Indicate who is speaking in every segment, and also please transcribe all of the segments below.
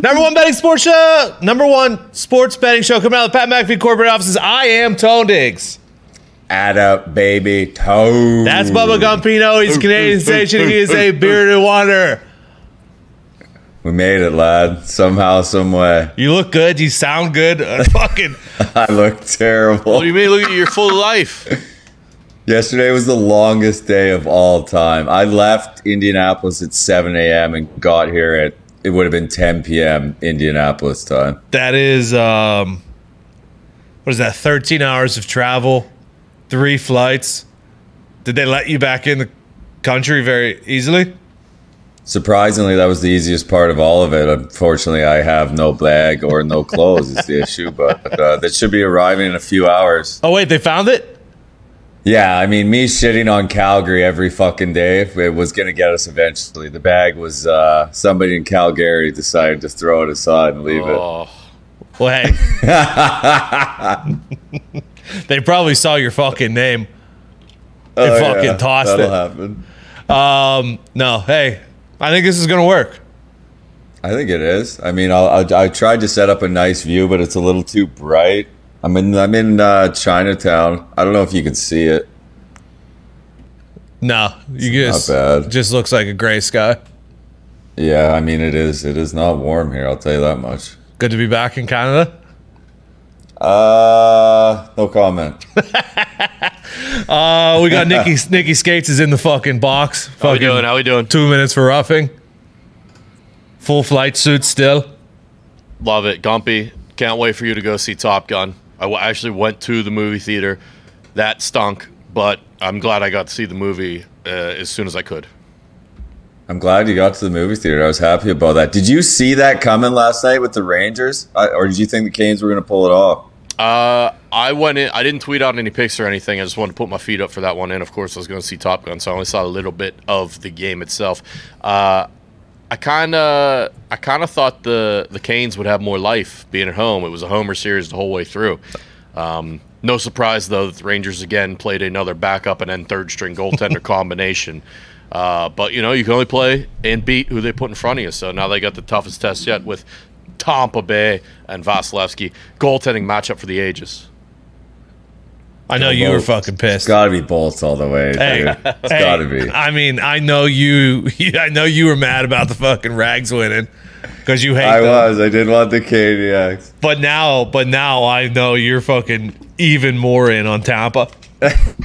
Speaker 1: Betting Sports Show, number one sports betting show coming out of the Pat McAfee corporate offices. I am Tone Diggs.
Speaker 2: Add up, baby. Toe.
Speaker 1: That's Bubba
Speaker 3: Mm.
Speaker 1: Gumpino. He's Canadian station. He is a bearded wonder.
Speaker 2: We made it, lad. Somehow, some way.
Speaker 1: You look good. You sound good. Uh, fucking.
Speaker 2: I look terrible.
Speaker 3: What do you mean? Look at your full life.
Speaker 2: Yesterday was the longest day of all time. I left Indianapolis at 7 a.m. and got here at it would have been 10 p.m. Indianapolis time.
Speaker 1: That is um, what is that? Thirteen hours of travel, three flights. Did they let you back in the country very easily?
Speaker 2: Surprisingly, that was the easiest part of all of it. Unfortunately, I have no bag or no clothes is the issue, but uh, that should be arriving in a few hours.
Speaker 1: Oh wait, they found it.
Speaker 2: Yeah, I mean, me shitting on Calgary every fucking day it was going to get us eventually. The bag was uh, somebody in Calgary decided to throw it aside and leave
Speaker 3: Oh,
Speaker 1: Well, hey,
Speaker 2: it.
Speaker 1: they probably saw your fucking name. They
Speaker 2: Oh,
Speaker 1: fucking
Speaker 2: yeah,
Speaker 1: tossed
Speaker 2: that'll
Speaker 1: it.
Speaker 2: happen.
Speaker 1: Um, no, hey, I think this is gonna work.
Speaker 2: I think it is. I mean, I'll, I, I tried to set up a nice view, but it's a little too bright. I'm in I'm in uh, Chinatown. I don't know if you can see it.
Speaker 1: No, you just
Speaker 2: not bad.
Speaker 1: just looks like a gray sky.
Speaker 2: Yeah, I mean, it is. It is not warm here. I'll tell you that much.
Speaker 1: Good to be back in Canada.
Speaker 2: Uh, no comment.
Speaker 1: Uh, we got Nikki Nikki Skates is in the fucking box.
Speaker 3: how we
Speaker 1: Fucking
Speaker 3: doing? How we doing?
Speaker 1: Two minutes for roughing. Full flight suit still.
Speaker 3: Love it, Gumpy. Can't wait for you to go see Top Gun. I w- actually went to the movie theater. That stunk, but I'm glad I got to see the movie uh, as soon as I could.
Speaker 2: I'm glad you got to the movie theater. I was happy about that. Did you see that coming last night with the Rangers, I, or did you think the Canes were going to pull it off?
Speaker 3: Uh, I went in. I didn't tweet out any pics or anything. I just wanted to put my feet up for that one. And of course, I was going to see Top Gun, so I only saw a little bit of the game itself. Uh, I kind of, I kind of thought the the Canes would have more life being at home. It was a homer series the whole way through. Um, no surprise though, that the Rangers again played another backup and then third string goaltender combination. Uh, but you know, you can only play and beat who they put in front of you. So now they got the toughest test yet with Tampa Bay and Vasilevsky goaltending matchup for the ages.
Speaker 1: I know you were
Speaker 2: Bolts.
Speaker 1: fucking
Speaker 2: It's
Speaker 1: pissed.
Speaker 2: got to be bolts all the way.
Speaker 1: Hey,
Speaker 2: dude. It's
Speaker 1: hey,
Speaker 2: got to be.
Speaker 1: I mean, I know you. I know you were mad about the fucking rags winning because you hate
Speaker 2: I
Speaker 1: them.
Speaker 2: was. I did want the Caniacs.
Speaker 1: But now, but now I know you're fucking even more in on Tampa.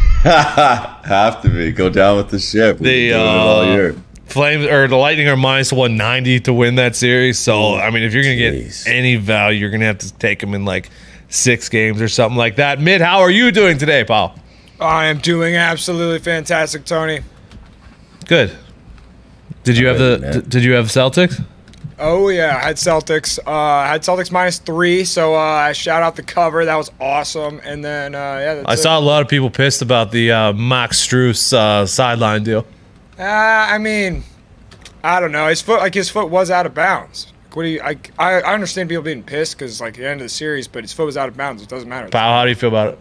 Speaker 2: Have to be. Go down with the ship. We've
Speaker 1: The
Speaker 2: been doing it all
Speaker 1: uh,
Speaker 2: year.
Speaker 1: Flames or the Lightning are minus 190 to win that series. So I mean, if you're gonna
Speaker 2: Jeez.
Speaker 1: get any value, you're gonna have to take them in like six games or something like that. Mid, how are you doing today, Paul?
Speaker 4: I am doing absolutely fantastic, Tony.
Speaker 1: Good. Did you have
Speaker 2: ready,
Speaker 1: the?
Speaker 2: man.
Speaker 1: d- Did you have Celtics?
Speaker 4: Oh yeah, I had Celtics. Uh, I had Celtics minus three. So uh, I shout out the cover. That was awesome. And then uh, yeah, that's
Speaker 1: I
Speaker 4: it.
Speaker 1: saw a lot of people pissed about the uh, Max Struess uh, sideline deal.
Speaker 4: Uh, I mean, I don't know. His foot, like his foot, was out of bounds. Like, what do you? I I, I understand people being pissed because like the end of the series, but his foot was out of bounds. It doesn't matter.
Speaker 1: Pow, how do you feel about it?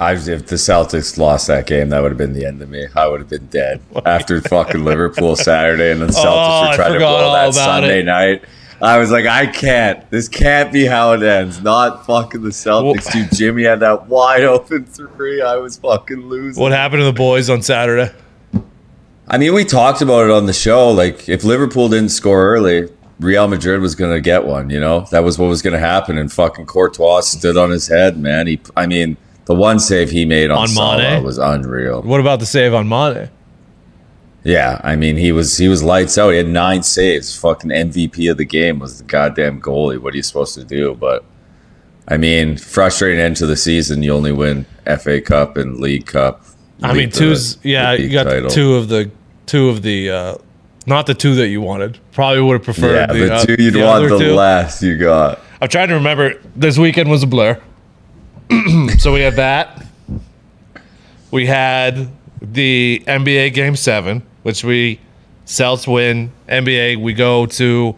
Speaker 2: I was, if the Celtics lost that game, that would have been the end of me. I would have been dead after fucking Liverpool Saturday and the Celtics
Speaker 1: Oh, I
Speaker 2: were trying to
Speaker 1: forgot all
Speaker 2: blow that
Speaker 1: about
Speaker 2: Sunday
Speaker 1: it.
Speaker 2: night. I was like, I can't. This can't be how it ends. Not fucking the Celtics,
Speaker 1: Well-
Speaker 2: dude. Jimmy had that wide open three. I was fucking losing.
Speaker 1: What happened to the boys on Saturday?
Speaker 2: I mean, we talked about it on the show. Like, if Liverpool didn't score early, Real Madrid was going to get one. You know, that was what was going to happen. And fucking Courtois stood on his head, man. He, I mean, the one save he made on,
Speaker 1: On
Speaker 2: Salah
Speaker 1: Mane?
Speaker 2: was unreal.
Speaker 1: What about the save on Monday?
Speaker 2: Yeah, I mean, he was he was lights out. He had nine saves. Fucking MVP of the game was the goddamn goalie. What are you supposed to do? But I mean, frustrating end to the season. You only win FA Cup and League Cup.
Speaker 1: I mean,
Speaker 2: League for
Speaker 1: two's
Speaker 2: the-
Speaker 1: yeah,
Speaker 2: the
Speaker 1: you
Speaker 2: league
Speaker 1: got
Speaker 2: title.
Speaker 1: two of the two of the uh, not the two that you wanted. Probably would have preferred
Speaker 2: Yeah, the,
Speaker 1: uh,
Speaker 2: two you'd
Speaker 1: the
Speaker 2: want
Speaker 1: other
Speaker 2: the
Speaker 1: two.
Speaker 2: last you got.
Speaker 1: I'm trying to remember. This weekend was a blur. so we had that. We had the NBA Game Seven, which we Celts win. NBA, we go to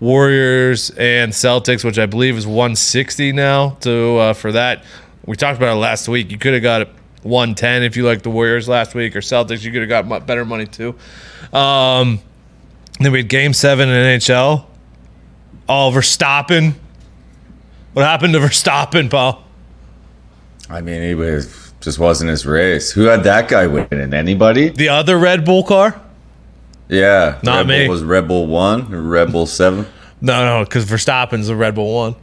Speaker 1: Warriors and Celtics, which I believe is 160 now. To uh, for that, we talked about it last week. You could have got it 110 if you liked the Warriors last week or Celtics. You could have got mu- better money too. Um, then we had Game Seven in NHL Oh, Verstappen. What happened to Verstappen, Paul?
Speaker 2: I mean, he was just wasn't his race. Who had that guy winning? Anybody?
Speaker 1: The other Red Bull car?
Speaker 2: Yeah,
Speaker 1: Not
Speaker 2: Red Bull
Speaker 1: me.
Speaker 2: Was Red Bull one or Red Bull seven?
Speaker 1: No, no, because Verstappen's the Red Bull one.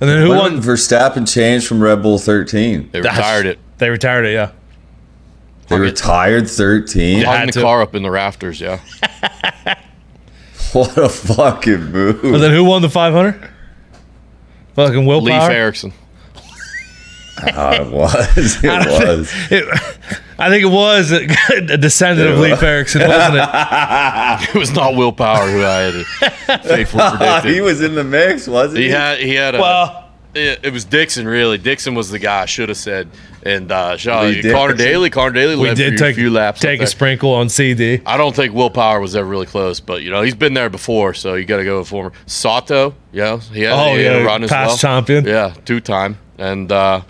Speaker 1: And then who
Speaker 2: When
Speaker 1: won?
Speaker 2: did Verstappen changed from Red Bull thirteen?
Speaker 3: They
Speaker 1: That's-
Speaker 3: retired it.
Speaker 1: They retired it, yeah.
Speaker 2: They retired thirteen.
Speaker 1: Yeah. had
Speaker 3: Hung the
Speaker 1: to.
Speaker 3: car up in the rafters. Yeah.
Speaker 2: What a fucking
Speaker 1: But
Speaker 2: move!
Speaker 1: then who won the 500? Fucking
Speaker 3: Leaf
Speaker 1: willpower.
Speaker 3: Erickson.
Speaker 2: Ah, it was. It was.
Speaker 1: It, I think it was a, a descendant of Leif Erickson, wasn't it?
Speaker 3: It was not willpower who I had faithfully
Speaker 2: Ah,
Speaker 3: predicted.
Speaker 2: he was in the mix, wasn't he?
Speaker 3: He had he had a.
Speaker 1: Well,
Speaker 3: it, it was Dixon really. Dixon was the guy I should have said. And uh, Shaw,
Speaker 2: Lee
Speaker 3: Connor
Speaker 2: Dixon.
Speaker 3: Daly, Connor Daly
Speaker 1: we
Speaker 3: led
Speaker 1: did
Speaker 3: for
Speaker 1: take,
Speaker 3: a few laps. up
Speaker 1: take a
Speaker 3: there.
Speaker 1: sprinkle on CD.
Speaker 3: I don't think Willpower was ever really close, but you know he's been there before, so you got to go with former Sato. Yeah, he had,
Speaker 1: Oh,
Speaker 3: he had
Speaker 1: yeah,
Speaker 3: a run as
Speaker 1: past
Speaker 3: well.
Speaker 1: champion.
Speaker 3: Yeah, two time, and uh,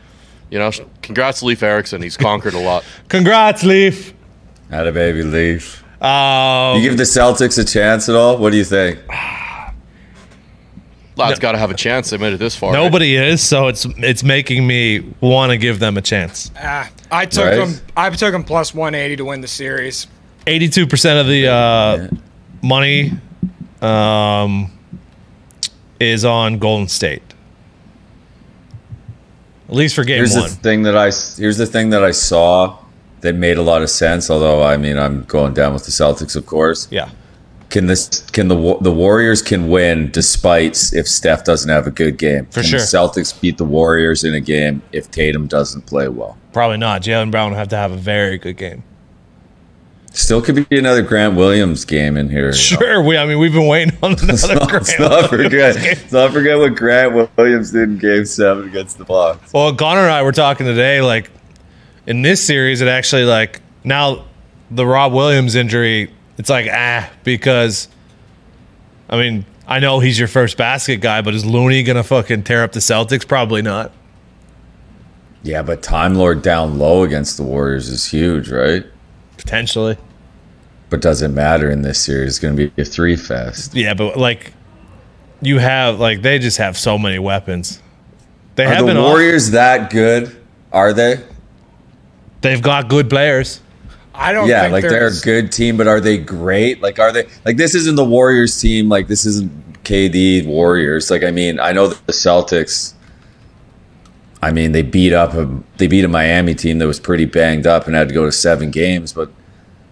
Speaker 3: you know, sh- congrats to Leif Erickson. He's conquered a lot.
Speaker 1: Congrats, Leaf.
Speaker 2: Had a baby leaf.
Speaker 1: Um,
Speaker 2: You give the Celtics a chance at all? What do you think?
Speaker 3: Lads got to have a chance. They made it this far. right?
Speaker 1: nobody is, so it's it's making me want to give them a chance.
Speaker 4: Ah, I took
Speaker 2: Right.
Speaker 4: him. I took him plus 180 to win the series.
Speaker 1: 82% of the uh, money um, is on Golden State. At least for game
Speaker 2: Here's the
Speaker 1: one.
Speaker 2: thing that I here's the thing that I saw that made a lot of sense. Although I mean, I'm going down with the Celtics, of course.
Speaker 1: yeah.
Speaker 2: Can this can the Wa- the Warriors can win despite if Steph doesn't have a good game? For
Speaker 1: sure.
Speaker 2: the Celtics beat the Warriors in a game if Tatum doesn't play well.
Speaker 1: Probably not. Jalen Brown will have to have a very good game.
Speaker 2: Still could be another Grant Williams game in here.
Speaker 1: Sure. We. I mean, we've been waiting on
Speaker 2: Let's
Speaker 1: another
Speaker 2: not,
Speaker 1: grand.
Speaker 2: let's not forget. Let's not forget what Grant Williams did in Game Seven against the Bucks.
Speaker 1: Well, Connor and I were talking today. Like in this series, it actually like now the Rob Williams injury. It's like ah because I mean I know he's your first basket guy, but is Looney gonna fucking tear up the Celtics? Probably not.
Speaker 2: Yeah, but Time Lord down low against the Warriors is huge, right?
Speaker 1: Potentially.
Speaker 2: But doesn't matter in this series. It's going to be a three fest.
Speaker 1: Yeah, but like you have like they just have so many weapons. They
Speaker 2: Are
Speaker 1: have
Speaker 2: the
Speaker 1: been off-
Speaker 2: Warriors that good? Are they?
Speaker 1: They've got good players.
Speaker 4: I
Speaker 1: Oh,
Speaker 4: don't.
Speaker 2: yeah,
Speaker 4: think
Speaker 2: like they're a
Speaker 4: there's-
Speaker 2: good team, but are they great? Like, are they like this? Isn't the Warriors team like this? Isn't KD Warriors? Like, I mean, I know that the Celtics. I mean, they beat up a they beat a Miami team that was pretty banged up and had to go to seven games. But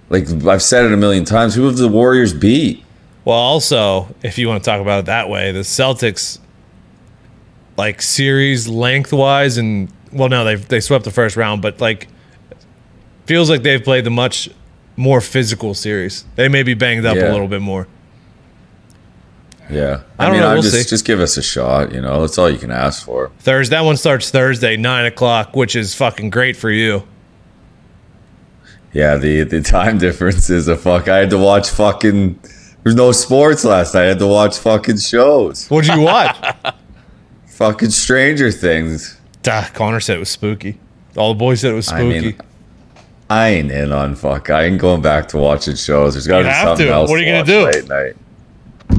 Speaker 2: like I've said it a million times, who have the Warriors beat?
Speaker 1: Well, also, if you want to talk about it that way, the Celtics, like series lengthwise, and well, no, they they swept the first round, but like feels like they've played the much more physical series. They may be banged up a
Speaker 2: Yeah.
Speaker 1: little bit more.
Speaker 2: Yeah,
Speaker 1: I don't know,
Speaker 2: I'm
Speaker 1: we'll
Speaker 2: just
Speaker 1: see.
Speaker 2: just give us a shot. You know, that's all you can ask for.
Speaker 1: Thursday, that one starts Thursday, nine o'clock, which is fucking great for you.
Speaker 2: Yeah, the the time difference is a fuck. I had to watch fucking. There's no sports last night. I had to watch fucking shows.
Speaker 1: What'd you watch?
Speaker 2: Fucking Stranger Things.
Speaker 1: Duh, Connor said it was spooky. All the boys said it was
Speaker 2: I
Speaker 1: spooky.
Speaker 2: mean, I ain't in on fuck. I ain't going back to watching shows. There's got to
Speaker 1: You
Speaker 2: be
Speaker 1: have
Speaker 2: something
Speaker 1: to.
Speaker 2: else.
Speaker 1: What are you
Speaker 2: to
Speaker 1: gonna
Speaker 2: watch
Speaker 1: do?
Speaker 2: Late night.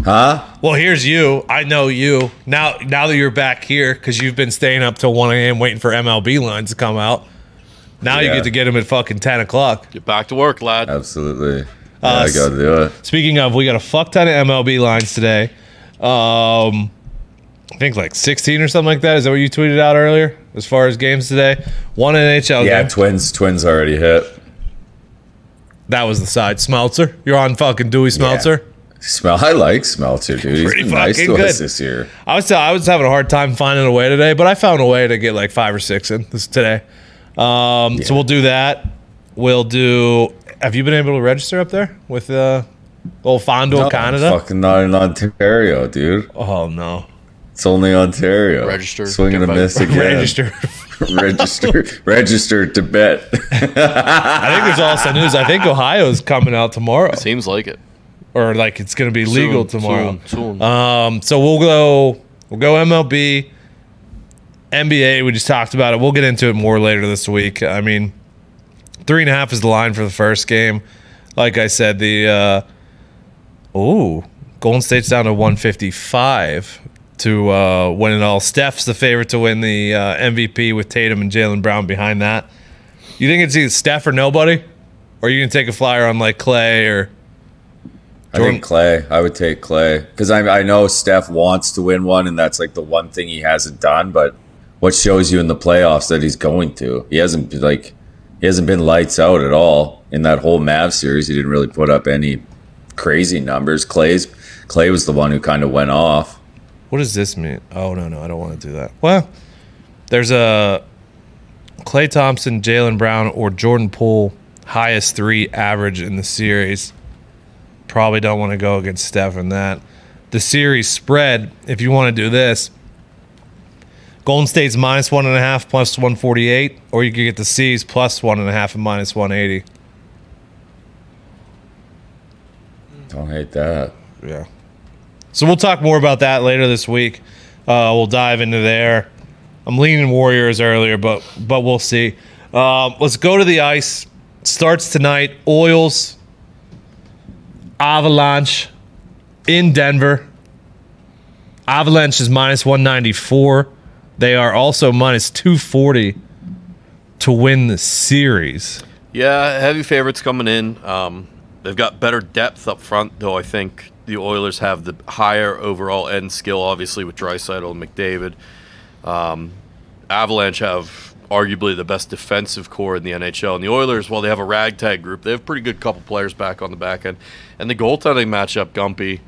Speaker 2: Huh?
Speaker 1: well, here's you. I know you now. Now that you're back here, because you've been staying up till one a.m. waiting for MLB lines to come out. Now you
Speaker 2: Yeah.
Speaker 1: get to get them at fucking ten o'clock.
Speaker 3: Get back to work, lad.
Speaker 2: Absolutely. Yeah,
Speaker 1: Uh,
Speaker 2: I gotta do it.
Speaker 1: Speaking of, we got a fuck ton of MLB lines today. Um, I think like 16 or something like that. Is that what you tweeted out earlier? As far as games today, one NHL
Speaker 2: Yeah,
Speaker 1: game.
Speaker 2: twins. Twins already hit.
Speaker 1: that was the side. Smeltzer, you're on fucking Dewey Smeltzer.
Speaker 2: Smell. I like Smelter, dude. He's
Speaker 1: Pretty
Speaker 2: been nice to
Speaker 1: fucking
Speaker 2: us
Speaker 1: good.
Speaker 2: this year.
Speaker 1: I was I was having a hard time finding a way today, but I found a way to get like five or six in this today. Um, So we'll do that. We'll do. Have you been able to register up there with uh, old Fondo
Speaker 2: No,
Speaker 1: Canada?
Speaker 2: Oh, Fucking not in Ontario, dude.
Speaker 1: Oh no,
Speaker 2: It's only Ontario.
Speaker 3: Register,
Speaker 2: Swinging a
Speaker 3: get
Speaker 2: miss again.
Speaker 1: register.
Speaker 2: register register to bet
Speaker 1: I think there's also news. I think Ohio's coming out tomorrow,
Speaker 3: Seems like it.
Speaker 1: or like it's going to be legal
Speaker 3: Soon,
Speaker 1: tomorrow.
Speaker 3: soon, soon.
Speaker 1: Um, so we'll go we'll go MLB, NBA. We just talked about it. We'll get into it more later this week. I mean, three and a half is the line for the first game. Like I said, the uh, oh Golden State's down to 155 to uh, win it all. Steph's the favorite to win the uh, MVP with Tatum and Jalen Brown behind that. You think it's either Steph or nobody? Or are you going to take a flyer on like Clay or.
Speaker 2: I think Clay. I would take Clay because I I know Steph wants to win one, and that's like the one thing he hasn't done. But what shows you in the playoffs that he's going to? He hasn't been, like he hasn't been lights out at all in that whole Mavs series. He didn't really put up any crazy numbers. Clay's Clay was the one who kind of went off.
Speaker 1: What does this mean? Oh no, no, I don't want to do that. Well, there's a Clay Thompson, Jalen Brown, or Jordan Poole highest three average in the series. Probably don't want to go against Steph in that. The series spread, if you want to do this, Golden State's minus one and a half plus one forty eight, or you could get the C's plus one and a half and minus one eighty.
Speaker 2: Don't hate that.
Speaker 1: Yeah. So we'll talk more about that later this week. Uh, we'll dive into there. I'm leaning Warriors earlier, but but we'll see. Um, let's go to the ice. Starts tonight. Oils, Avalanche, in Denver. Avalanche is minus 194. They are also minus 240 to win the series.
Speaker 3: Yeah, heavy favorites coming in. Um, they've got better depth up front, though. I think the Oilers have the higher overall end skill, obviously with Drysaitel and McDavid. Um, Avalanche have arguably the best defensive core in the NHL, and the Oilers, while they have a ragtag group, they have a pretty good couple players back on the back end. And the goaltending matchup, Gumpy,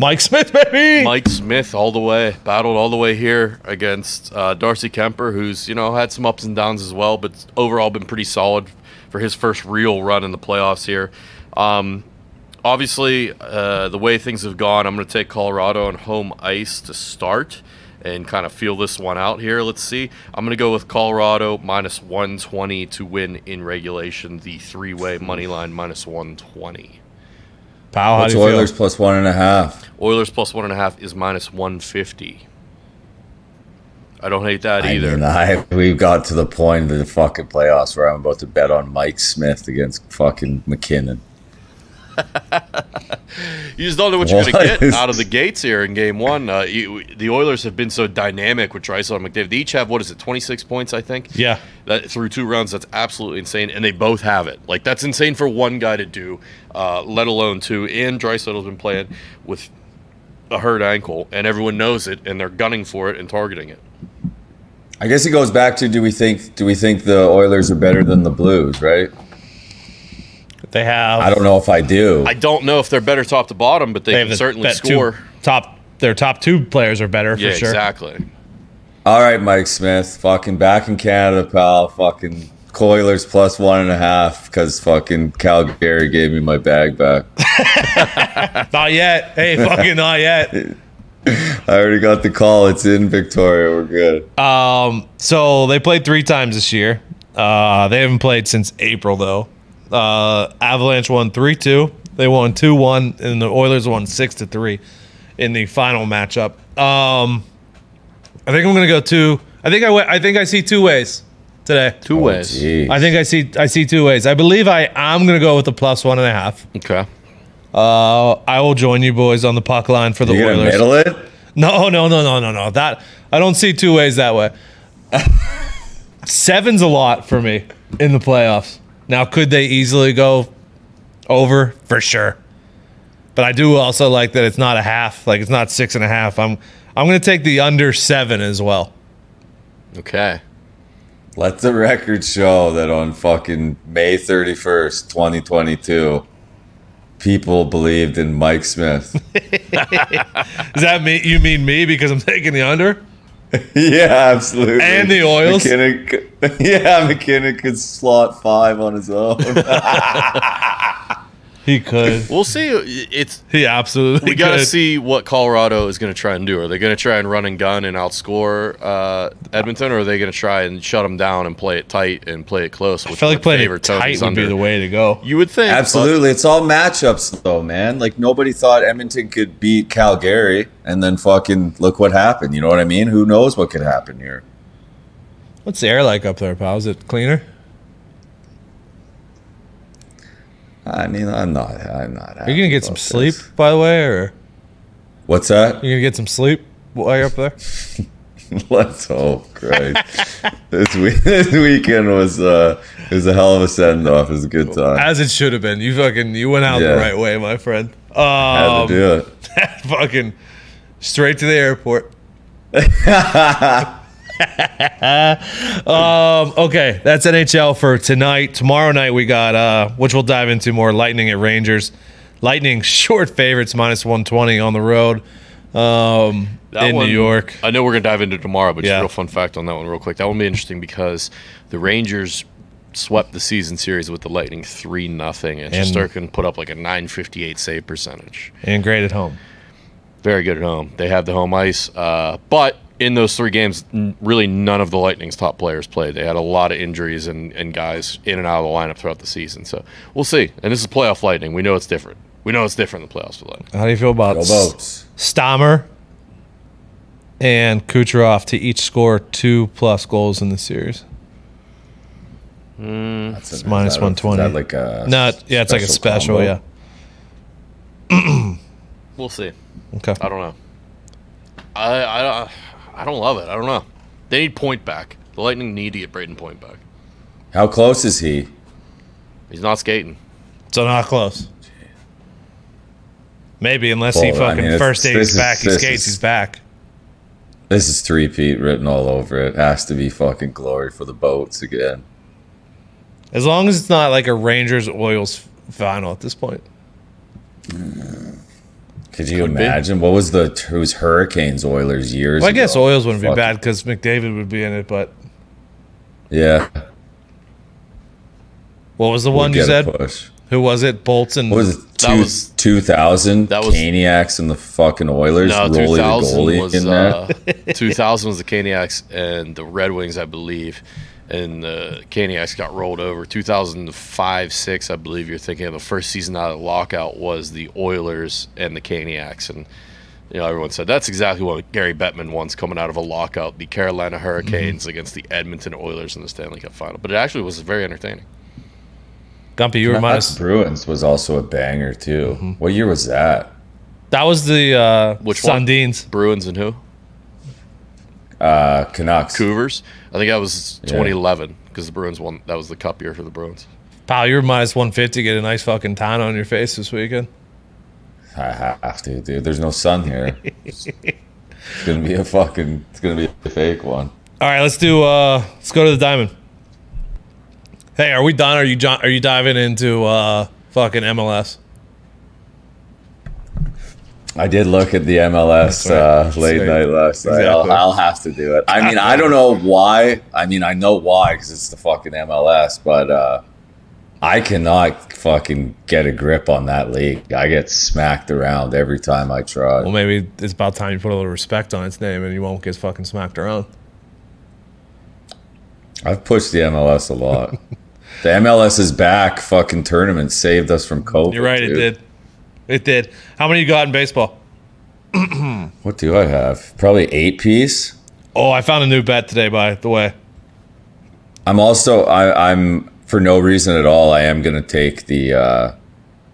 Speaker 1: Mike Smith, baby.
Speaker 3: Mike Smith, all the way, battled all the way here against uh, Darcy Kemper, who's you know had some ups and downs as well, but overall been pretty solid for his first real run in the playoffs here. Um, obviously, uh, the way things have gone, I'm going to take Colorado on home ice to start and kind of feel this one out here. Let's see. I'm going to go with Colorado minus 120 to win in regulation, the three way money line minus 120.
Speaker 1: Powell, how
Speaker 2: What's
Speaker 1: do you
Speaker 2: Oilers
Speaker 1: feel?
Speaker 2: plus one and a half?
Speaker 3: Oilers plus one and a half is minus 150. I don't hate that either.
Speaker 2: I mean, I, we've got to the point in the fucking playoffs where I'm about to bet on Mike Smith against fucking McKinnon.
Speaker 3: You just don't know what you're going
Speaker 2: What
Speaker 3: to get
Speaker 2: is-
Speaker 3: out of the gates here in game one. Uh, you, the Oilers have been so dynamic with Dreisel and McDavid. They each have, what is it, 26 points, I think?
Speaker 1: Yeah.
Speaker 3: That, through two rounds, that's absolutely insane. And they both have it. Like, that's insane for one guy to do, uh, let alone two. And Dreisel's been playing with a hurt ankle, and everyone knows it, and they're gunning for it and targeting it.
Speaker 2: I guess it goes back to do we think do we think the Oilers are better than the Blues, right?
Speaker 1: They have.
Speaker 2: I don't know if I do.
Speaker 3: I don't know if they're better top to bottom, but they,
Speaker 1: They
Speaker 3: can
Speaker 1: the
Speaker 3: certainly
Speaker 1: bet two-
Speaker 3: score.
Speaker 1: top their top two players are better
Speaker 3: Yeah,
Speaker 1: for sure.
Speaker 3: exactly.
Speaker 2: All right, Mike Smith, fucking back in Canada, pal. Fucking Oilers plus one and a half because fucking Calgary gave me my bag back.
Speaker 1: Not yet. Hey, fucking not yet.
Speaker 2: I already got the call. It's in Victoria. We're good.
Speaker 1: Um, so they played three times this year. Uh, they haven't played since April though. Uh, Avalanche won three two. They won two one, and the Oilers won six to three in the final matchup. Um, I think I'm gonna go two. I think I went, I think I see two ways today.
Speaker 2: Oh,
Speaker 3: Two ways.
Speaker 2: Jeez.
Speaker 1: I think I see I see two ways. I believe I I'm gonna go with the plus one and a half.
Speaker 3: Okay.
Speaker 1: Uh, I will join you boys on the puck line for the
Speaker 2: you gonna
Speaker 1: Oilers.
Speaker 2: middle it?
Speaker 1: No, no, no, no, no, no. That I don't see two ways that way. Seven's a lot for me in the playoffs. Now, could they easily go over for sure? But I do also like that it's not a half. Like it's not six and a half. I'm I'm gonna take the under seven as well.
Speaker 3: Okay.
Speaker 2: Let the record show that on fucking May thirty first, twenty twenty two, people believed in Mike Smith.
Speaker 1: Does that mean you mean me because I'm taking the under?
Speaker 2: yeah, absolutely.
Speaker 1: And the Oils.
Speaker 2: McKinnon, c- yeah, McKinnon could slot five on his own.
Speaker 1: He could.
Speaker 3: We'll see. It's
Speaker 1: He absolutely
Speaker 3: we got to
Speaker 1: could.
Speaker 3: see what Colorado is going to try and do. Are they going to try and run and gun and outscore uh, Edmonton, or are they going to try and shut them down and play it tight and play it close?
Speaker 1: I feel like playing it tight would be the way to go.
Speaker 3: You would think, but
Speaker 2: Absolutely. It's all matchups, though, man. Like, nobody thought Edmonton could beat Calgary, and then fucking look what happened. You know what I mean? Who knows what could happen here?
Speaker 1: What's the air like up there, pal? Is it cleaner?
Speaker 2: I mean, I'm not. I'm not.
Speaker 1: Are you gonna get some sleep, by the way, or
Speaker 2: What's that?
Speaker 1: You gonna get some sleep while you're up there?
Speaker 2: Let's hope. Christ. this week, this weekend was uh, it was a hell of a send off. It was a good time.
Speaker 1: As it should have been. You fucking you went out
Speaker 2: Yeah.
Speaker 1: the right way, my friend. Um,
Speaker 2: Had to do it.
Speaker 1: fucking straight to the airport. um, okay, that's NHL for tonight. Tomorrow night we got uh, which we'll dive into more. Lightning at Rangers. Lightning short favorites minus one twenty on the road um,
Speaker 3: That
Speaker 1: in
Speaker 3: one-
Speaker 1: New York.
Speaker 3: I know we're gonna dive into tomorrow, but just
Speaker 1: Yeah.
Speaker 3: a real fun fact on that one, real quick. That one will be interesting because the Rangers swept the season series with the Lightning three nothing, and,
Speaker 1: And-
Speaker 3: Shesterkin put up like a nine fifty eight save percentage.
Speaker 1: And great at home.
Speaker 3: Very good at home. They have the home ice, uh, but in those three games, n- really none of the Lightning's top players played. They had a lot of injuries and, and guys in and out of the lineup throughout the season. So we'll see. And this is playoff Lightning. We know it's different. We know it's different in the playoffs for the Lightning.
Speaker 1: How do you feel about
Speaker 2: Go
Speaker 1: S-
Speaker 2: Bolts.
Speaker 1: Stammer and Kucherov to each score two plus goals in the series?
Speaker 2: That's an-
Speaker 1: minus
Speaker 2: is that a- is
Speaker 1: 120.
Speaker 2: that like a
Speaker 1: No, it- yeah, it's like a special,
Speaker 2: combo?
Speaker 1: yeah.
Speaker 3: We'll see.
Speaker 1: Okay.
Speaker 3: I don't know. I, I I don't love it. I don't know. They need point back. The Lightning need to get Braden point back.
Speaker 2: How close is he?
Speaker 3: He's not skating.
Speaker 1: So not close. Maybe unless he
Speaker 2: Well, I
Speaker 1: fucking
Speaker 2: mean, it's-
Speaker 1: first day he's
Speaker 2: this is-
Speaker 1: back, he
Speaker 2: this
Speaker 1: skates,
Speaker 2: is-
Speaker 1: he's back.
Speaker 2: This is three Pete written all over it. Has to be fucking glory for the boats again.
Speaker 1: As long as it's not like a Rangers Oils final at this point.
Speaker 2: Could you imagine what was the it was Hurricanes Oilers years?
Speaker 1: Well, I guess
Speaker 2: ago.
Speaker 1: Oils wouldn't be
Speaker 2: Fuck.
Speaker 1: bad because McDavid would be in it, but
Speaker 2: Yeah,
Speaker 1: what was the one you
Speaker 2: Get a
Speaker 1: said?
Speaker 2: push.
Speaker 1: Who was it? Bolts and
Speaker 2: What was it?
Speaker 3: That
Speaker 2: Two,
Speaker 3: was-
Speaker 2: 2000?
Speaker 3: that was-
Speaker 2: Caniacs and the fucking Oilers.
Speaker 3: No,
Speaker 2: Rolly the
Speaker 3: 2000
Speaker 2: goalie
Speaker 3: was
Speaker 2: in there.
Speaker 3: uh, 2000 was the Caniacs and the Red Wings, I believe. And the Caniacs got rolled over. 2005, six, I believe you're thinking of the first season out of the lockout was the Oilers and the Caniacs, and you know everyone said that's exactly what Gary Bettman wants coming out of a lockout: the Carolina Hurricanes
Speaker 2: Mm-hmm.
Speaker 3: against the Edmonton Oilers in the Stanley Cup Final. But it actually was very entertaining.
Speaker 1: Gumpy, you were
Speaker 2: That's
Speaker 1: minus. Mm-hmm.
Speaker 2: Bruins was also a banger too. What year was that?
Speaker 1: That was the uh,
Speaker 3: Which one?
Speaker 1: Sundines.
Speaker 3: Bruins and who?
Speaker 2: Uh, Canucks.
Speaker 3: Cougars. I think that was
Speaker 2: Yeah.
Speaker 3: 2011 because the Bruins won. That was the Cup year for the Bruins.
Speaker 1: Pal, you were minus 150. Get a nice fucking tan on your face this weekend.
Speaker 2: I have to, dude. There's no sun here. it's gonna be a fucking. It's gonna be a fake one.
Speaker 1: All right, let's do. uh Let's go to the diamond. Hey, are we done? Are you jo- are you diving into uh fucking MLS?
Speaker 2: I did look at the MLS uh, late
Speaker 1: Same.
Speaker 2: night last night.
Speaker 1: Exactly.
Speaker 2: I'll, I'll have to do it. I mean, I don't know why. I mean, I know why because it's the fucking MLS, but uh, I cannot fucking get a grip on that league. I get smacked around every time I try.
Speaker 1: Well, maybe it's about time you put a little respect on its name, and you won't get fucking smacked around.
Speaker 2: I've pushed the MLS a lot. the MLS is back. Fucking tournament saved us from COVID.
Speaker 1: You're right. It
Speaker 2: dude.
Speaker 1: did. It did. How many you got in baseball?
Speaker 2: What do I have? Probably eight piece.
Speaker 1: Oh, I found a new bet today. By the way,
Speaker 2: I'm also I, I'm for no reason at all. I am gonna take the uh,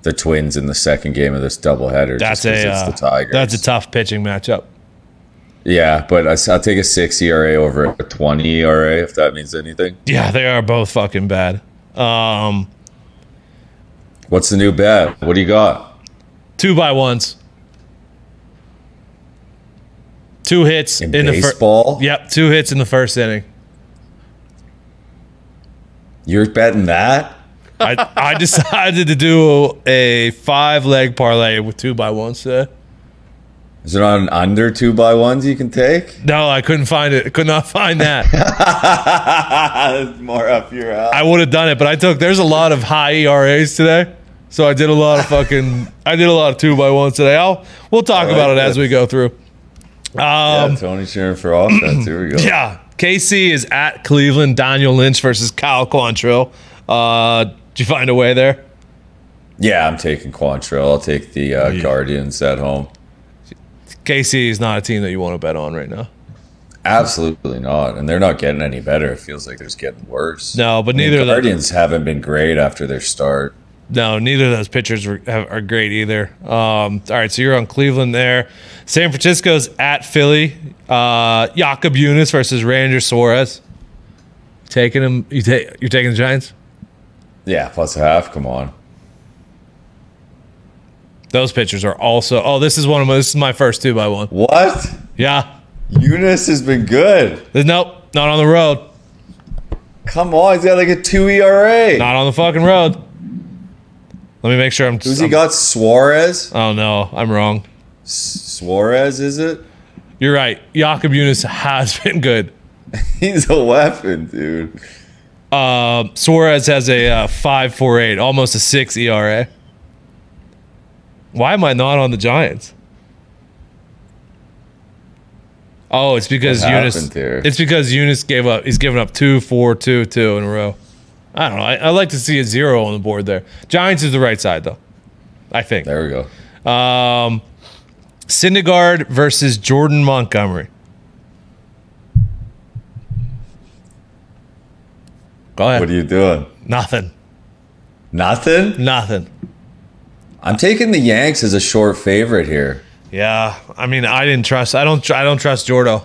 Speaker 2: the Twins in the second game of this doubleheader.
Speaker 1: that's
Speaker 2: just 'cause
Speaker 1: a uh,
Speaker 2: it's the Tigers.
Speaker 1: that's a tough pitching matchup.
Speaker 2: yeah, but I, will take a six ERA over a twenty ERA if that means anything.
Speaker 1: Yeah, they are both fucking bad. Um,
Speaker 2: What's the new bet? What do you got?
Speaker 1: two by ones, two hits
Speaker 2: In,
Speaker 1: in, the first.
Speaker 2: baseball,
Speaker 1: Yep, two hits in the first inning.
Speaker 2: you're betting that.
Speaker 1: I, I decided to do a five leg parlay with two by ones today.
Speaker 2: Is it on under two by ones you can take?
Speaker 1: No, I couldn't find it. Could not find that.
Speaker 2: That's Uh, more up your alley.
Speaker 1: I would have done it, but I took. There's a lot of high ERAs today, so I did a lot of fucking. I did a lot of two by ones today. I'll we'll talk
Speaker 2: like
Speaker 1: about it
Speaker 2: that.
Speaker 1: as we go through. Um,
Speaker 2: yeah, Tony cheering for offense. Here we go.
Speaker 1: Yeah. KC is at Cleveland. Daniel Lynch versus Kyle Quantrill. Uh, did you find a way there?
Speaker 2: Yeah, I'm taking Quantrill. I'll take the uh, Guardians at home.
Speaker 1: KC is not a team that you want to bet on right now.
Speaker 2: Absolutely not. And they're not getting any better. It feels like they're just getting worse.
Speaker 1: No, but
Speaker 2: I mean,
Speaker 1: neither of
Speaker 2: the
Speaker 1: them-
Speaker 2: Guardians haven't been great after their start.
Speaker 1: No, neither of those pitchers are, have- are great either. Um, all right, so you're on Cleveland there. San Francisco's at Philly. Uh, Jakob Yunis versus Ranger Suarez. Taking him, you take, you're taking the Giants.
Speaker 2: Yeah, plus a half. Come on.
Speaker 1: Those pitchers are also. Oh, this is one of my, this is my first two by one.
Speaker 2: What?
Speaker 1: Yeah,
Speaker 2: Eunice has been good.
Speaker 1: nope, not on the road,
Speaker 2: Come on, he's got like a two ERA.
Speaker 1: not on the fucking road. Let me make sure I'm.
Speaker 2: Who's
Speaker 1: I'm
Speaker 2: he got? Suarez.
Speaker 1: Oh no, I'm wrong.
Speaker 2: Suarez is it?
Speaker 1: You're right. Jakob Yunis has been good.
Speaker 2: He's a weapon, dude.
Speaker 1: Uh, Suarez has a uh, five four eight, almost a six ERA. Why am I not on the Giants? Oh, it's because
Speaker 2: What
Speaker 1: Eunice.
Speaker 2: happened there?
Speaker 1: It's because Eunice gave up. He's given up two, four, two, two in a row. I don't know. I, I like to see a zero on the board there. Giants is the right side though. I think.
Speaker 2: There we go.
Speaker 1: Syndergaard versus Jordan Montgomery. Go ahead.
Speaker 2: What are you doing?
Speaker 1: Nothing.
Speaker 2: Nothing.
Speaker 1: Nothing.
Speaker 2: I'm taking the Yanks as a short favorite here.
Speaker 1: Yeah, I mean, I didn't trust. I don't. tr- I don't trust Jordo.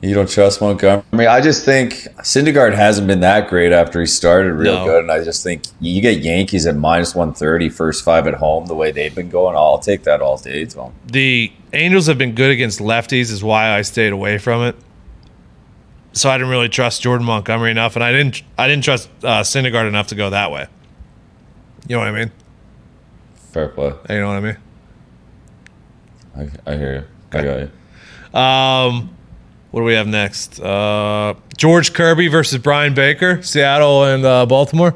Speaker 2: You don't trust Montgomery. I just think Syndergaard hasn't been that great after he started real
Speaker 1: No.
Speaker 2: good, and I just think you get Yankees at minus 130, first five at home, the way they've been going. I'll take that all day, Tom.
Speaker 1: The Angels have been good against lefties, is why I stayed away from it. So I didn't really trust Jordan Montgomery enough, and I didn't. I didn't trust uh, Syndergaard enough to go that way. You know what I mean?
Speaker 2: Fair play.
Speaker 1: You know what I mean?
Speaker 2: I, I hear you. I got you.
Speaker 1: Um, what do we have next? Uh, George Kirby versus Brian Baker, Seattle and uh, Baltimore.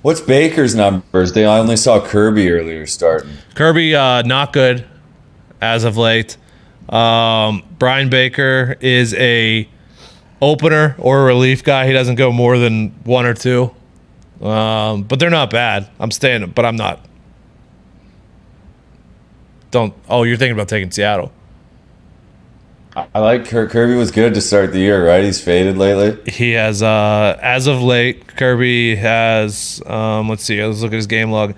Speaker 2: What's Baker's numbers? They I only saw Kirby earlier starting.
Speaker 1: Kirby uh, not good as of late. Um, Brian Baker is a opener or a relief guy. He doesn't go more than one or two. Um, but they're not bad. I'm staying, but I'm not. Don't. Oh, you're thinking about taking Seattle.
Speaker 2: I, I like Kir- Kirby was good to start the year, right? He's faded lately.
Speaker 1: He has, uh, as of late, Kirby has. Um, let's see. Let's look at his game log.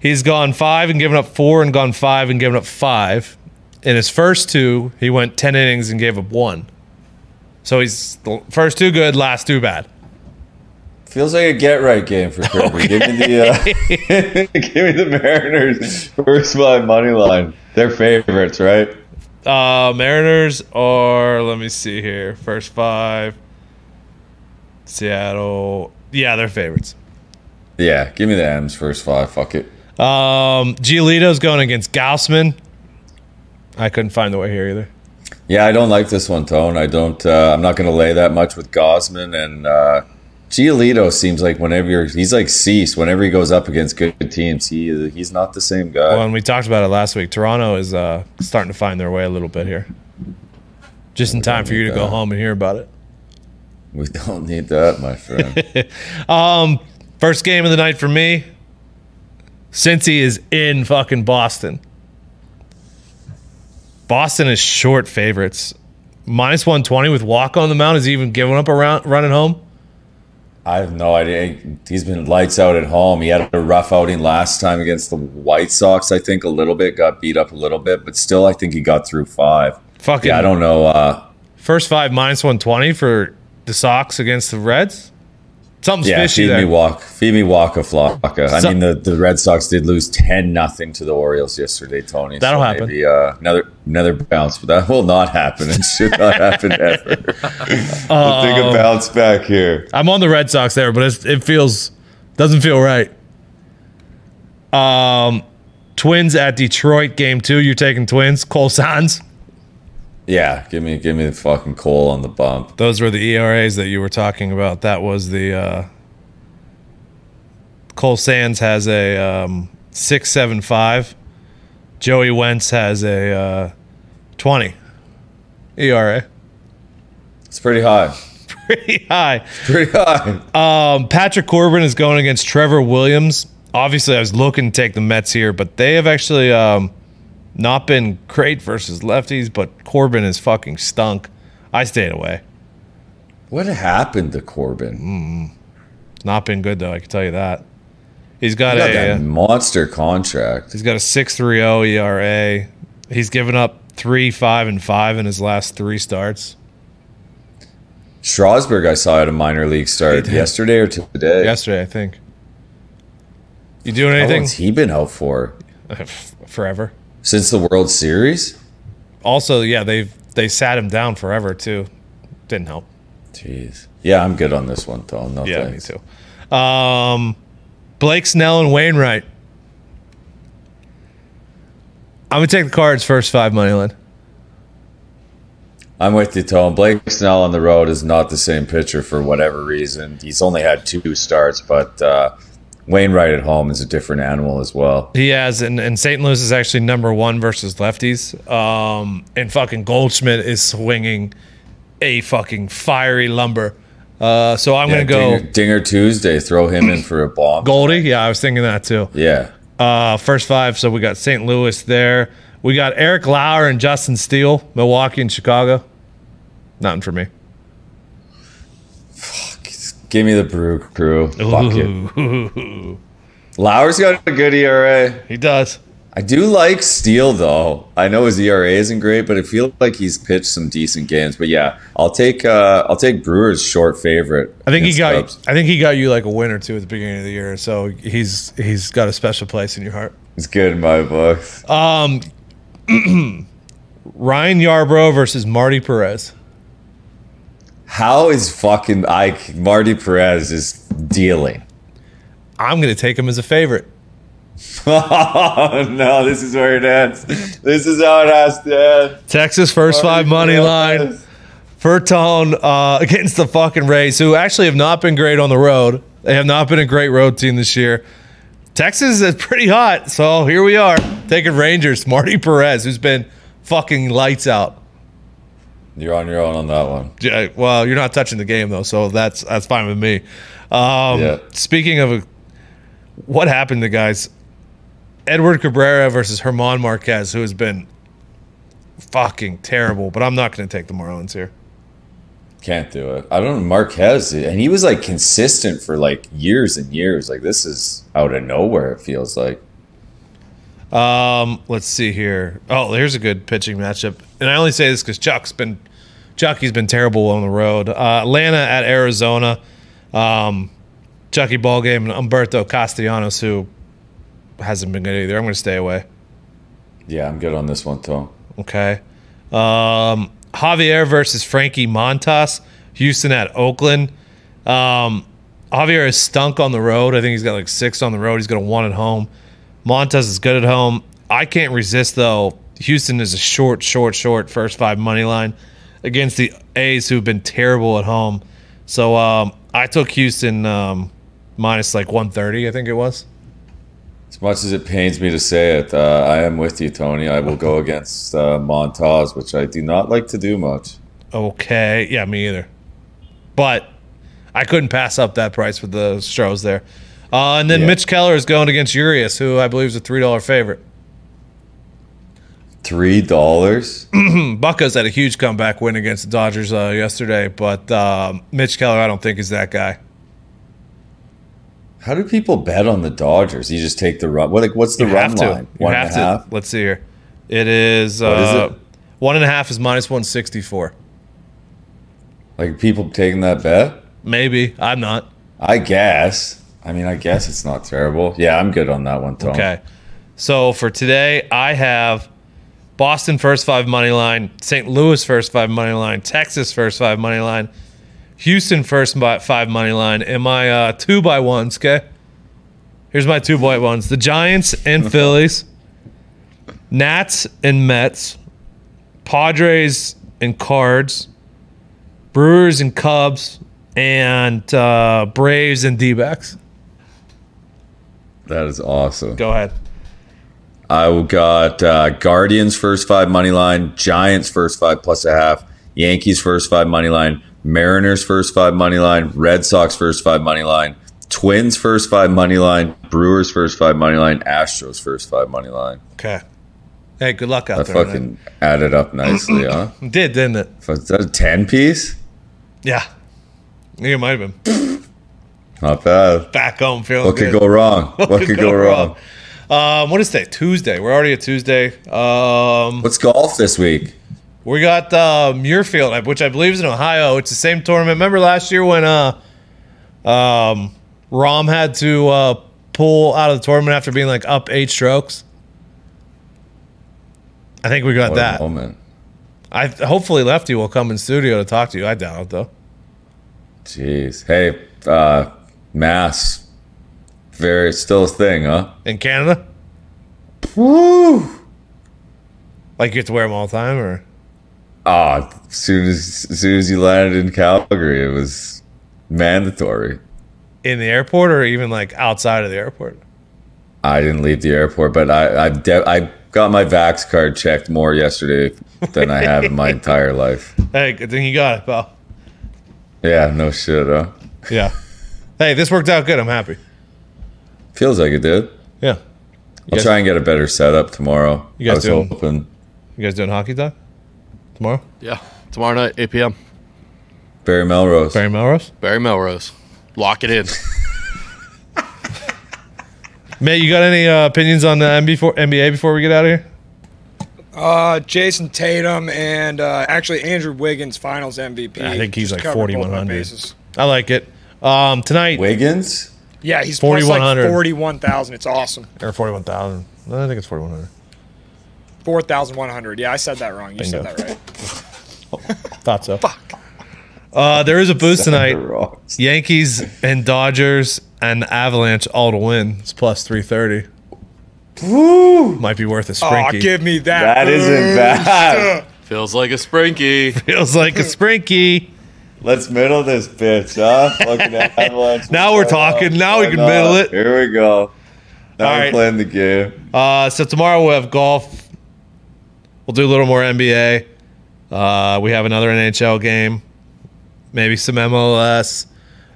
Speaker 1: He's gone five and given up four, and gone five and given up five. In his first two, he went ten innings and gave up one. So he's the first two good, last two bad.
Speaker 2: Feels like a get right game for Kirby. Give me the uh, give me the Mariners first five money line. They're favorites, right?
Speaker 1: Uh, Mariners are. Let me see here. First five. Seattle. Yeah, they're favorites.
Speaker 2: Yeah, give me the M's first five. Fuck it.
Speaker 1: Um, Giolito's going against Gaussman. I couldn't find the way here either.
Speaker 2: Yeah, I don't like this one, Tone. I don't. Uh, I'm not going to lay that much with Gosman and uh, Giolito. Seems like whenever you're, he's like Cease. Whenever he goes up against good teams, he he's not the same guy.
Speaker 1: Well, and we talked about it last week. Toronto is uh, starting to find their way a little bit here. Just in time for you to go
Speaker 2: that.
Speaker 1: home and hear about it.
Speaker 2: we don't need that, my friend.
Speaker 1: First game of the night for me. Cincy is in fucking Boston. Boston is short favorites. Minus 120 with walk on the mound is even giving up a round, run at home.
Speaker 2: I have no idea. He's been lights out at home. He had a rough outing last time against the White Sox. I think a little bit got beat up a little bit, but still, I think he got through five.
Speaker 1: Fucking
Speaker 2: Yeah, I don't know. Uh,
Speaker 1: first five minus 120 for the Sox against the Reds. Something's
Speaker 2: Yeah,
Speaker 1: fishy
Speaker 2: feed
Speaker 1: there.
Speaker 2: me walk, feed me waka flocka. I
Speaker 1: So-
Speaker 2: mean, the, the Red Sox did lose ten nothing to the Orioles yesterday, Tony.
Speaker 1: That'll happen.
Speaker 2: Maybe, uh, another another bounce, but that will not happen. It should not happen ever. We'll take
Speaker 1: Oh.
Speaker 2: a bounce back here.
Speaker 1: I'm on the Red Sox there, but it's, it feels doesn't feel right. Um, Twins at Detroit, game two. You're taking Twins. Cole Sands.
Speaker 2: Yeah, give me give me the fucking coal on the bump.
Speaker 1: Those were the ERAs that you were talking about. That was the uh, Cole Sands has a um, six seven five. Joey Wentz has a uh, twenty ERA.
Speaker 2: It's pretty high.
Speaker 1: Pretty high.
Speaker 2: It's pretty high.
Speaker 1: Um, Patrick Corbin is going against Trevor Williams. Obviously, I was looking to take the Mets here, but they have actually um, not been great versus lefties. But Corbin is fucking stunk. I stayed away.
Speaker 2: What happened to Corbin?
Speaker 1: Mm. Not been good though. I can tell you that. He's got,
Speaker 2: Got
Speaker 1: a uh,
Speaker 2: that monster contract.
Speaker 1: he's got a six three oh zero ERA. He's given up three five and five in his last three starts.
Speaker 2: Strasburg, I saw at a minor league start
Speaker 1: did.
Speaker 2: yesterday or today.
Speaker 1: Yesterday, I think. You doing
Speaker 2: How
Speaker 1: anything
Speaker 2: long's he been out for?
Speaker 1: forever?
Speaker 2: Since the World Series?
Speaker 1: Also, yeah, they they sat him down forever too. Didn't help.
Speaker 2: Jeez. Yeah, I'm good on this one, though. No
Speaker 1: Yeah,
Speaker 2: thanks.
Speaker 1: me too. Um, Blake Snell and Wainwright. I'm gonna take the cards first five money line.
Speaker 2: I'm with you, Tom. Blake Snell on the road is not the same pitcher for whatever reason. He's only had two starts, but uh, Wainwright at home is a different animal as well.
Speaker 1: He has, and, and St. Louis is actually number one versus lefties. Um, and fucking Goldschmidt is swinging a fucking fiery lumber. Uh, so I'm
Speaker 2: Yeah,
Speaker 1: gonna go
Speaker 2: Dinger, Dinger Tuesday. Throw him in for a bomb.
Speaker 1: Goldie. Yeah, I was thinking that too.
Speaker 2: Yeah.
Speaker 1: Uh, first five. So we got St. Louis there. We got Eric Lauer and Justin Steele, Milwaukee and Chicago. Nothing for me.
Speaker 2: Give me the brew crew. Bucket.
Speaker 1: Ooh.
Speaker 2: Lauer's got a good ERA.
Speaker 1: He does.
Speaker 2: I do like Steele, though. I know his ERA isn't great, but I feel like he's pitched some decent games. But yeah, I'll take uh, I'll take Brewer's short favorite.
Speaker 1: I think he
Speaker 2: against
Speaker 1: got.
Speaker 2: Cubs.
Speaker 1: I think he got you like a win or two at the beginning of the year. So he's he's got a special place in your heart.
Speaker 2: It's good in my books.
Speaker 1: Um, Ryan Yarbrough versus Marty Perez.
Speaker 2: How is fucking I Marty Perez is dealing?
Speaker 1: I'm gonna take him as a favorite.
Speaker 2: oh no, this is where it ends. This is how it has to end.
Speaker 1: Texas first five money line. Furtone uh, against the fucking Rays, who actually have not been great on the road. They have not been a great road team this year. Texas is pretty hot, so here we are taking Rangers. Marty Perez, who's been fucking lights out.
Speaker 2: You're on your own on that one.
Speaker 1: Yeah, well, you're not touching the game though, so that's that's fine with me. Um,
Speaker 2: Yeah.
Speaker 1: Speaking of what happened to guys, Edward Cabrera versus Herman Marquez, who has been fucking terrible. But I'm not going to take the Marlins here.
Speaker 2: Can't do it. I don't know. Marquez, and he was like consistent for like years and years. Like this is out of nowhere. It feels like.
Speaker 1: Um, let's see here. Oh, here's a good pitching matchup, and I only say this because Chuck's been Chucky's been terrible on the road. Uh, Atlanta at Arizona, um, Chucky ball game and Umberto Castellanos, who hasn't been good either. I'm going to stay away.
Speaker 2: Yeah, I'm good on this one, Tom.
Speaker 1: Okay. Um, Javier versus Frankie Montas, Houston at Oakland. Um, Javier is stunk on the road. I think he's got like six on the road. He's got a one at home. Montas is good at home. I can't resist though. Houston is a short, short, short first five money line against the A's who've been terrible at home. So um, I took Houston um, minus like 130, I think it was.
Speaker 2: As much as it pains me to say it, uh, I am with you, Tony. I will go against uh, Montaz, which I do not like to do much.
Speaker 1: Okay. Yeah, me either. But I couldn't pass up that price for the Stros there. Uh, and then
Speaker 2: Yeah.
Speaker 1: Mitch Keller is going against Urias, who I believe is a three dollar favorite.
Speaker 2: Three dollars.
Speaker 1: Bucca's had a huge comeback win against the Dodgers uh, yesterday, but um, Mitch Keller, I don't think is that guy.
Speaker 2: How do people bet on the Dodgers? You just take the run. What like what's the
Speaker 1: You
Speaker 2: run
Speaker 1: have to.
Speaker 2: line?
Speaker 1: You
Speaker 2: One and
Speaker 1: have
Speaker 2: a half.
Speaker 1: to. Let's see here. It is.
Speaker 2: What is
Speaker 1: uh,
Speaker 2: it?
Speaker 1: One and a half is minus one sixty four.
Speaker 2: Like people taking that bet?
Speaker 1: Maybe I'm not.
Speaker 2: I guess. I mean, I guess it's not terrible. Yeah, I'm good on that one, Tom.
Speaker 1: Okay. So for today, I have Boston first five money line, St. Louis first five money line, Texas first five money line, Houston first mi- five money line, and my uh, two by ones. Okay. Here's my two by ones: the Giants and Phillies, Nats and Mets, Padres and Cards, Brewers and Cubs, and uh, Braves and D-backs.
Speaker 2: That is awesome.
Speaker 1: Go ahead.
Speaker 2: I got uh, Guardians first five money line, Giants first five plus a half, Yankees first five money line, Mariners first five money line, Red Sox first five money line, Twins first five money line, Brewers first five money line, Astros first five money line.
Speaker 1: Okay. Hey, good luck out
Speaker 2: That
Speaker 1: there. man.
Speaker 2: fucking added up nicely, huh?
Speaker 1: It did, didn't it?
Speaker 2: Is that a ten piece?
Speaker 1: Yeah. I think it might have been.
Speaker 2: Not bad.
Speaker 1: Back home feeling
Speaker 2: What could
Speaker 1: good.
Speaker 2: go wrong? What could go wrong?
Speaker 1: Um, what is today? Tuesday. We're already at Tuesday. Um,
Speaker 2: What's golf this week?
Speaker 1: we got uh, Muirfield, which I believe is in Ohio. It's the same tournament. Remember last year when uh, um, Rom had to uh, pull out of the tournament after being like up eight strokes? I think we got
Speaker 2: What
Speaker 1: that.
Speaker 2: a moment.
Speaker 1: I hopefully Lefty will come in studio to talk to you. I doubt it though.
Speaker 2: Jeez. Hey, uh, mass. Very still a thing, huh?
Speaker 1: In Canada,
Speaker 2: Woo!
Speaker 1: like you have to wear them all the time, or
Speaker 2: Ah, as soon as, as soon as you landed in Calgary, it was mandatory.
Speaker 1: in the airport, or even like outside of the airport.
Speaker 2: I didn't leave the airport, but I I've de- I got my Vax card checked more yesterday than I have in my entire life.
Speaker 1: Hey, good thing you got it, pal.
Speaker 2: Yeah, no shit, huh?
Speaker 1: Yeah. hey, this worked out good. I'm happy.
Speaker 2: Feels like it did.
Speaker 1: Yeah.
Speaker 2: I'll
Speaker 1: guys-
Speaker 2: try and get a better setup tomorrow.
Speaker 1: You guys
Speaker 2: I
Speaker 1: doing-
Speaker 2: was hoping
Speaker 1: You guys doing hockey time tomorrow?
Speaker 3: Yeah. Tomorrow night, 8 p.m.
Speaker 2: Barry Melrose.
Speaker 1: Barry Melrose.
Speaker 3: Barry Melrose. Lock it in.
Speaker 1: Mate, you got any uh, opinions on the NBA before, NBA before we get out of here?
Speaker 4: Uh, Jason Tatum and uh, actually Andrew Wiggins Finals MVP.
Speaker 1: I think he's
Speaker 4: Just
Speaker 1: like
Speaker 4: covered both my
Speaker 1: 4100.
Speaker 4: bases.
Speaker 1: I like it. Um, tonight
Speaker 2: Wiggins.
Speaker 4: Yeah, he's plus
Speaker 1: 4100.
Speaker 4: like forty-one thousand. It's awesome.
Speaker 1: or forty-one thousand. I think it's forty-one hundred.
Speaker 4: Four thousand one hundred. Yeah, I said that wrong. You said
Speaker 1: Bingo.
Speaker 4: that right.
Speaker 1: Thought so. Fuck. Uh, there is a boost tonight.
Speaker 2: Rocks.
Speaker 1: Yankees and Dodgers and Avalanche all to win. It's plus three thirty. Woo! Might be worth a
Speaker 4: Oh,
Speaker 1: sprinky.
Speaker 4: give me that.
Speaker 2: That isn't bad.
Speaker 3: Feels like a sprinky.
Speaker 1: Feels like a sprinky.
Speaker 2: Let's middle this bitch, huh? Fucking avalanche.
Speaker 1: Now we're
Speaker 2: Why
Speaker 1: talking.
Speaker 2: not?
Speaker 1: Now we
Speaker 2: Why
Speaker 1: can
Speaker 2: not?
Speaker 1: middle it.
Speaker 2: Here we go. Now
Speaker 1: All
Speaker 2: we're
Speaker 1: right.
Speaker 2: playing the game.
Speaker 1: Uh, so tomorrow we'll have golf. We'll do a little more NBA. Uh, we have another NHL game. Maybe some MLS.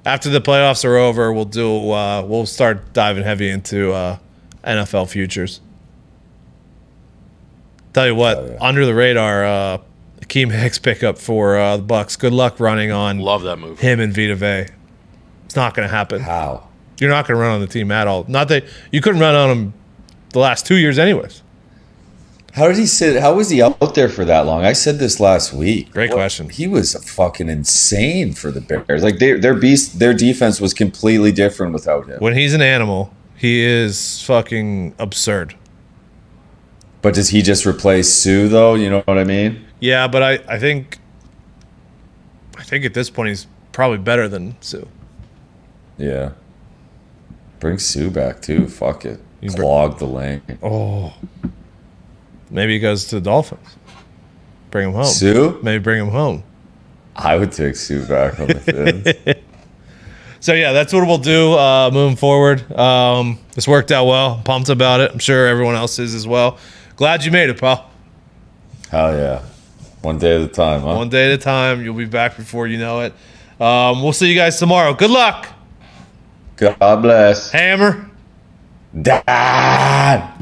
Speaker 1: After the playoffs are over, we'll do. Uh, we'll start diving heavy into uh, NFL futures. Tell you what, under the radar, uh, Akeem Hicks pickup for uh, the Bucks. Good luck running on
Speaker 3: Love that move.
Speaker 1: him and Vita Vey. It's not going to happen.
Speaker 2: How?
Speaker 1: You're not going to run on the team at all. Not that you couldn't run on him the last two years, anyways.
Speaker 2: How did he sit? How was he out there for that long? I said this last week.
Speaker 1: Great
Speaker 2: What-
Speaker 1: question.
Speaker 2: He was fucking insane for the Bears. Like they, their beast, their defense was completely different without him.
Speaker 1: When he's an animal, he is fucking absurd.
Speaker 2: But does he just replace Sue though? You know what I mean?
Speaker 1: Yeah, but I, I think I think at this point he's probably better than Sue.
Speaker 2: Yeah. Bring Sue back too. Fuck it.
Speaker 1: You br-
Speaker 2: Clog the lane.
Speaker 1: Oh. Maybe he goes to the Dolphins. Bring him home.
Speaker 2: Sue?
Speaker 1: Maybe bring him home.
Speaker 2: I would take Sue back on the Finns.
Speaker 1: So yeah, that's what we'll do uh, moving forward. Um, this worked out well. Pumped about it. I'm sure everyone else is as well. Glad you made it, pal.
Speaker 2: Hell yeah. One day at a time, huh?
Speaker 1: One day at a time. You'll be back before you know it. Um, we'll see you guys tomorrow. Good luck,
Speaker 2: God bless.
Speaker 1: Hammer.
Speaker 2: Dad!